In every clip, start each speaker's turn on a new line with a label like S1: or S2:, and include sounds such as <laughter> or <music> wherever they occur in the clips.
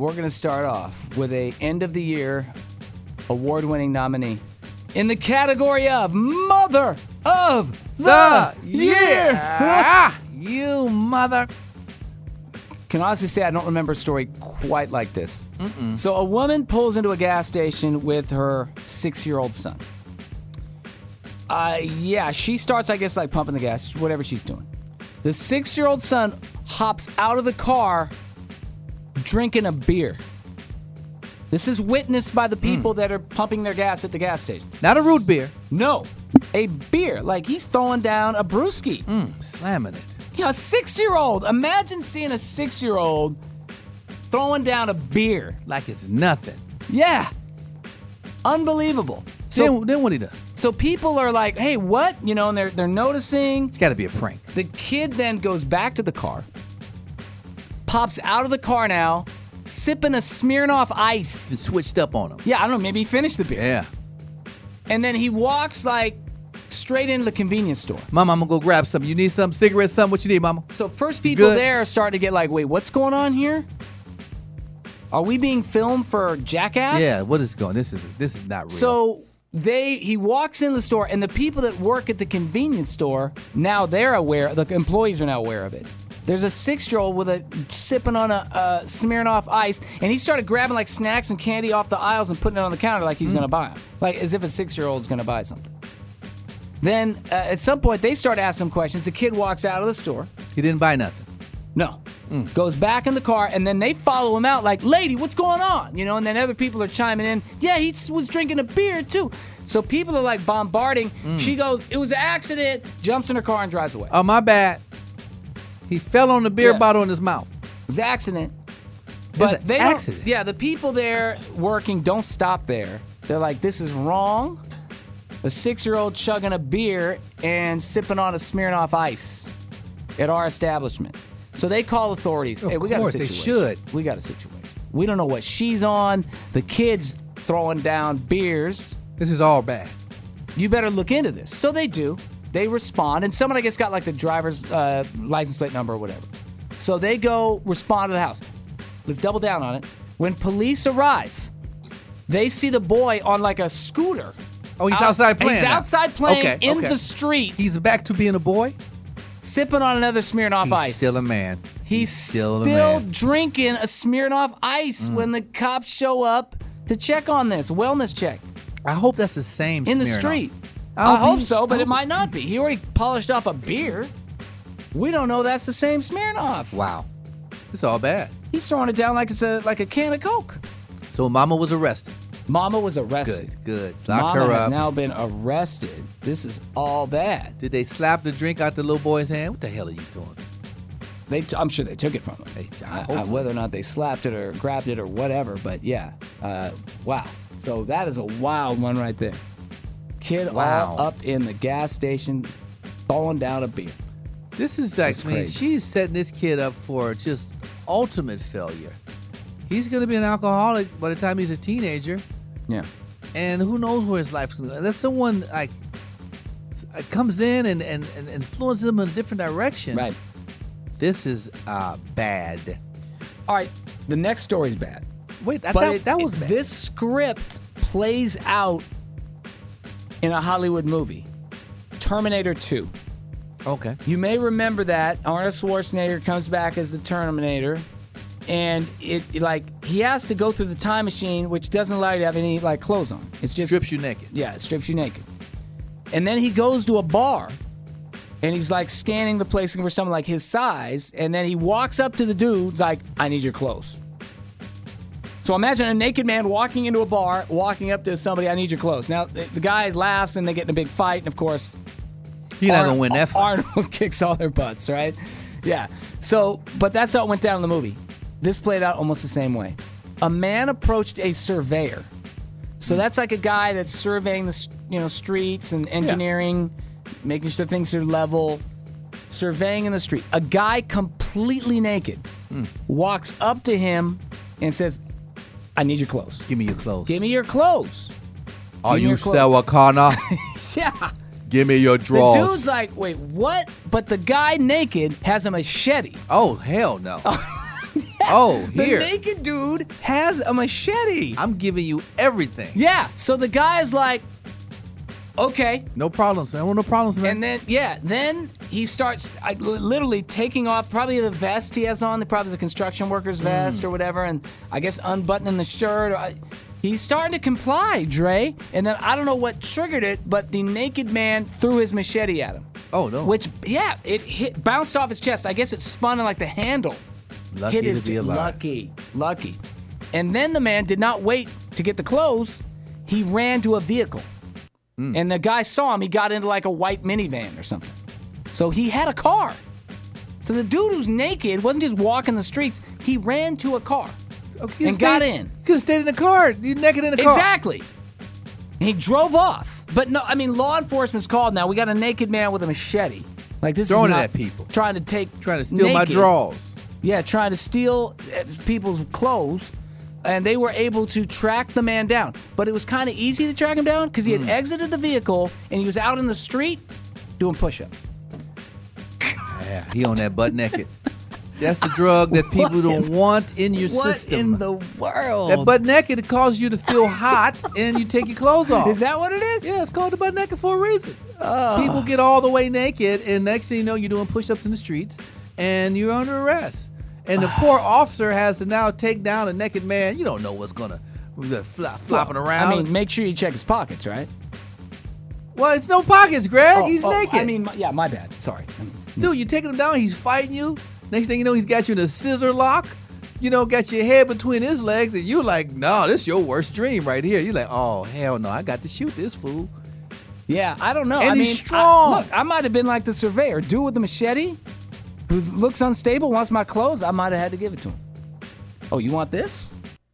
S1: We're going to start off with a end of the year award winning nominee in the category of Mother of the,
S2: yeah, you mother.
S1: Can honestly say I don't remember a story quite like this. So a woman pulls into a gas station with her six-year-old son. Uh, yeah, she starts, I guess, like pumping the gas, whatever she's doing. The six-year-old son hops out of the car, drinking a beer. This is witnessed by the people that are pumping their gas at the gas station.
S2: Not a root beer.
S1: No, a beer. Like he's throwing down a brewski.
S2: Hmm, Slamming it.
S1: Yeah, a six year old. Imagine seeing a six year old throwing down a beer.
S2: Like it's nothing.
S1: Yeah. Unbelievable. So
S2: then, then what he does?
S1: so people are like, hey, what? You know, and they're they're noticing.
S2: It's got to be a prank.
S1: The kid then goes back to the car, pops out of the car now, sipping a Smirnoff
S2: And
S1: ice.
S2: switched up on him.
S1: Yeah, I don't know, maybe he finished the beer.
S2: Yeah.
S1: And then he walks like straight into the convenience store.
S2: Mama, I'm gonna go grab something. You need some cigarettes, something? What you need, Mama?
S1: So first people
S2: Good.
S1: there are starting to get like, wait, what's going on here? Are we being filmed for Jackass?
S2: Yeah. What is going? This is this is not real.
S1: So they he walks in the store and the people that work at the convenience store now they're aware the employees are now aware of it. There's a six-year-old with a sipping on a uh, Smirnoff Ice, and he started grabbing like snacks and candy off the aisles and putting it on the counter like he's gonna
S2: Mm.
S1: buy them, like as if a six-year-old's gonna buy something. Then uh, at some point they start asking him questions. The kid walks out of the store,
S2: he didn't buy nothing.
S1: no. Goes back in the car, and then they follow him out, like, lady, what's going on? You know, and then other people are chiming in, yeah, he s- was drinking a beer too. So people are like bombarding. She goes, it was an accident, jumps in her car and drives away.
S2: Oh my bad. He fell on the beer
S1: Yeah.
S2: bottle in his mouth.
S1: It was an accident.
S2: it's
S1: But
S2: an
S1: they don't-
S2: accident.
S1: yeah, the people there working don't stop there. They're like, this is wrong. A six year old chugging a beer and sipping on a Smirnoff ice at our establishment. So they call authorities.
S2: Of
S1: hey, we
S2: course,
S1: got
S2: they
S1: a situation.
S2: should.
S1: We got a situation. We don't know what she's on. The kid's throwing down beers.
S2: This is all bad.
S1: You better look into this. So they do. They respond, and someone I guess got like the driver's uh, license plate number or whatever. So they go respond to the house. Let's double down on it. When police arrive, they see the boy on like a scooter.
S2: Oh, he's
S1: Out-
S2: outside playing.
S1: Uh, He's
S2: now.
S1: outside playing
S2: Okay,
S1: in
S2: okay.
S1: the street, he's
S2: He's back to being a boy.
S1: sipping on another Smirnoff
S2: He's
S1: Ice.
S2: still a man.
S1: He's
S2: still,
S1: still,
S2: a man. Mm.
S1: drinking a Smirnoff Ice when the cops show up to check on this wellness check
S2: I hope that's the same.
S1: in the
S2: Smirnoff.
S1: street.
S2: I'll
S1: I hope
S2: be-
S1: so, but
S2: I'll
S1: it might not be. He already polished off a beer. We don't know that's the same Smirnoff.
S2: Wow. It's all bad.
S1: He's throwing it down like it's a like a can of Coke.
S2: So Mama was arrested.
S1: Mama was arrested.
S2: Good, good. Lock
S1: Mama
S2: her
S1: has
S2: up.
S1: now been arrested. This is all bad.
S2: Did they slap the drink out the little boy's hand? What the hell are you doing?
S1: They, t- I'm sure they took it from him.
S2: They-
S1: I- I-
S2: hopefully.
S1: whether or not they slapped it or grabbed it or whatever, but yeah, uh, wow. So that is a wild one right there. Kid
S2: Wow.
S1: all up in the gas station, throwing down a beer.
S2: This is like,
S1: That's
S2: I mean,
S1: crazy.
S2: she's setting this kid up for just ultimate failure. He's going to be an alcoholic by the time he's a teenager,
S1: Yeah.
S2: and who knows where his life's going to go. Unless someone like s- uh, comes in and, and, and influences him in a different direction.
S1: Right.
S2: This is uh, bad.
S1: All right. The next story's bad.
S2: Wait, I
S1: But
S2: thought
S1: it's-
S2: that was
S1: it-
S2: bad.
S1: this script plays out in a Hollywood movie, Terminator 2.
S2: okay.
S1: You may remember that Arnold Schwarzenegger comes back as the Terminator, and it it, like he has to go through the time machine, which doesn't allow you to have any like clothes on. It's just
S2: Strips you naked.
S1: yeah, it strips you naked. And then he goes to a bar and he's like scanning the place looking for someone like his size. And then he walks up to the dude's like, I need your clothes. So imagine a naked man walking into a bar, walking up to somebody, I need your clothes. Now, the the guy laughs and they get in a big fight. And of course,
S2: You're not going to win that fight.
S1: Arnold <laughs> kicks all their butts, right? Yeah. So, but that's how it went down in the movie. This played out almost the same way. A man approached a surveyor. So that's like a guy that's surveying the s- you know streets and engineering, making sure things are level, surveying in the street. A guy completely naked
S2: Hmm.
S1: walks up to him and says, "I need your clothes.
S2: Give me your clothes.
S1: Give me your clothes." <laughs>
S2: Are
S1: give me
S2: you
S1: your clothes. <laughs>
S2: Sarah Connor?
S1: Yeah.
S2: Give me your
S1: The
S2: drawers.
S1: dude's like, "Wait, what?" But the guy naked has a machete.
S2: <laughs> oh hell no. Oh,
S1: the
S2: here.
S1: naked dude has a machete.
S2: I'm giving you everything.
S1: Yeah. So the guy is like, okay.
S2: No problems, man. I want no problems, man.
S1: And then, yeah, then he starts like, li- literally taking off probably the vest he has on, probably the construction worker's vest or whatever, and I guess unbuttoning the shirt. Or, I, he's starting to comply, Dre. And then I don't know what triggered it, but the naked man threw his machete at him.
S2: oh no.
S1: Which, yeah, it hit, bounced off his chest. I guess it spun in like the handle.
S2: Lucky
S1: hit
S2: to
S1: his
S2: be
S1: t-
S2: alive.
S1: Lucky, lucky. And then the man did not wait to get the clothes. He ran to a vehicle.
S2: Hmm.
S1: And the guy saw him. He got into like a white minivan or something. So he had a car. So the dude who's naked wasn't just walking the streets, he ran to a car.
S2: Okay, you
S1: and
S2: Oh, stayed-
S1: got in.
S2: You could have stayed in the car. You naked in the car.
S1: Exactly. And he drove off. But no, I mean, law enforcement's called now. We got a naked man with a machete. Like this
S2: Throwing
S1: is
S2: it
S1: not
S2: at people.
S1: Trying to take.
S2: Trying to steal my
S1: naked.
S2: draws.
S1: Yeah, trying to steal uh, people's clothes. And they were able to track the man down. But it was kind of easy to track him down because he
S2: Hmm.
S1: had exited the vehicle and he was out in the street doing push ups.
S2: Yeah, he on that butt naked.
S1: <laughs>
S2: That's the drug that people don't want in your
S1: What
S2: system.
S1: in the world?
S2: that butt naked it causes you to feel hot and you take your clothes off.
S1: <laughs> is that what it is?
S2: Yeah, it's called the butt naked for a reason.
S1: Ah.
S2: People get all the way naked, and next thing you know, you're doing push-ups in the streets, and you're under arrest. And
S1: Ah.
S2: the poor officer has to now take down a naked man. You don't know what's gonna flop, flopping around.
S1: I mean, make sure you check his pockets, right?
S2: well, it's no pockets, Greg. He's
S1: Oh, oh,
S2: naked.
S1: I mean, my- yeah, my bad. Sorry. I mean,
S2: Dude, you're taking him down. He's fighting you. Next thing you know, he's got you in a scissor lock. You know, got your head between his legs, and you're like, "No, this your worst dream right here." You're like, "Oh hell no, I got to shoot this fool."
S1: Yeah, I don't know.
S2: And
S1: I
S2: he's
S1: mean,
S2: strong.
S1: I, look, I might have been like the surveyor, dude with the machete, who looks unstable, wants my clothes. I might have had to give it to him. Oh, you want this?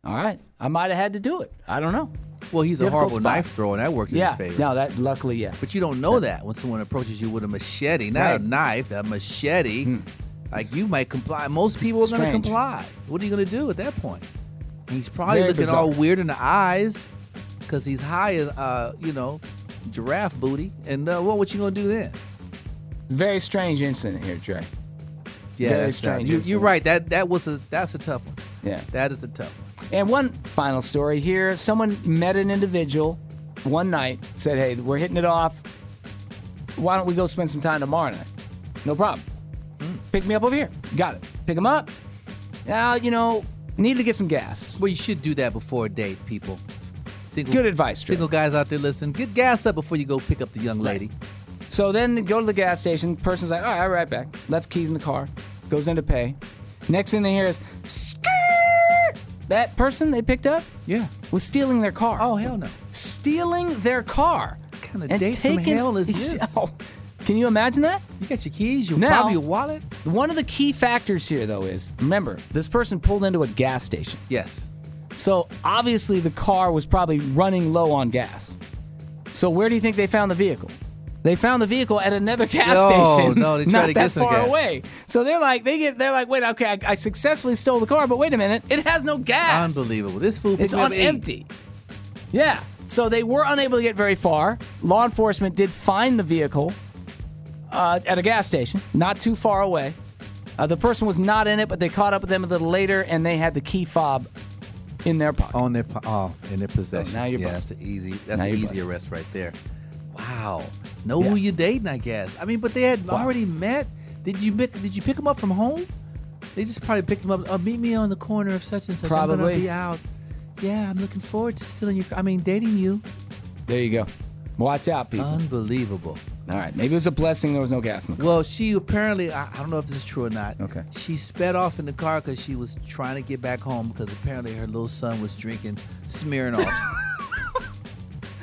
S1: All right, I might have had to do it. I don't know.
S2: Well, he's a
S1: Difficult
S2: horrible
S1: spot.
S2: knife thrower, and that worked in
S1: yeah,
S2: his favor.
S1: no, that luckily, yeah.
S2: But you don't know that when someone approaches you with a machete, not
S1: Right. Hmm.
S2: a knife, a machete. Like you might comply. Most people are going to
S1: Strange.
S2: comply. What are you going to do at that point? And he's probably
S1: Very
S2: looking all
S1: bizarre.
S2: weird in the eyes because he's high as, uh, you know, giraffe booty. And uh, what, what you going to do then?
S1: Very strange incident here, Dre.
S2: Yeah,
S1: Very
S2: that's not-
S1: strange
S2: you, you're
S1: incident.
S2: right. That that was a that's a tough one.
S1: Yeah.
S2: That is the tough one.
S1: And one final story here. Someone met an individual one night, said, Hey, we're hitting it off. Why don't we go spend some time tomorrow night? No problem. Pick me up over here. Got it. Pick him up. Now, you know, need to get some gas.
S2: Well, you should do that before a date, people. Single,
S1: Good advice, Dre.
S2: Single guys out there, listen. Get gas up before you go pick up the young lady.
S1: So then they go to the gas station. Person's like, all right, I'll be right back. Left keys in the car. Goes in to pay. Next thing they hear is, Skirt! That person they picked up
S2: Yeah.
S1: was stealing their car.
S2: Oh hell no.
S1: stealing their car. What
S2: kind of date from
S1: <laughs>
S2: hell is this?
S1: Can you imagine that?
S2: You got your keys, your
S1: Now-
S2: probably your wallet.
S1: One of the key factors here, though, is remember, this person pulled into a gas station.
S2: Yes.
S1: So obviously, the car was probably running low on gas. So, where do you think they found the vehicle? They found the vehicle at another gas
S2: No,
S1: station.
S2: no, they tried
S1: not that
S2: to get some
S1: far
S2: gas.
S1: away. So they're like, they get, they're like, wait, okay, I, I successfully stole the car, but wait a minute, it has no gas.
S2: Unbelievable. This food
S1: It's on empty. Yeah. So they were unable to get very far. Law enforcement did find the vehicle uh, at a gas station, not too far away. Uh, the person was not in it, but they caught up with them a little later, and they had the key fob in their pocket.
S2: On their po- oh, in their possession.
S1: now you're
S2: yeah,
S1: busted.
S2: that's an easy that's
S1: Now
S2: an
S1: you're
S2: easy
S1: busted.
S2: arrest right there. Wow. Know
S1: Yeah.
S2: who you're dating, I guess. I mean, but they had already met. Did you pick did you pick them up from home? They just probably picked them up. Oh, meet me on the corner of such and such. I'm gonna
S1: Probably.
S2: be out. Yeah, I'm looking forward to stealing your I mean
S1: <laughs>
S2: dating you.
S1: Oh. There you go. Watch out, people.
S2: Unbelievable.
S1: All right. Maybe it was a blessing there was no gas in the car.
S2: Well, she apparently, I, I don't know if this is true or not.
S1: Okay.
S2: She sped off in the car because she was trying to get back home because apparently her little son was drinking
S1: <laughs>
S2: Smirnoffs.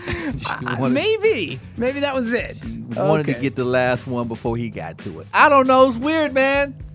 S2: she wanted,
S1: Maybe. Maybe that was it.
S2: she wanted to
S1: Okay.
S2: get the last one before he got to it. I don't know. It's weird, man.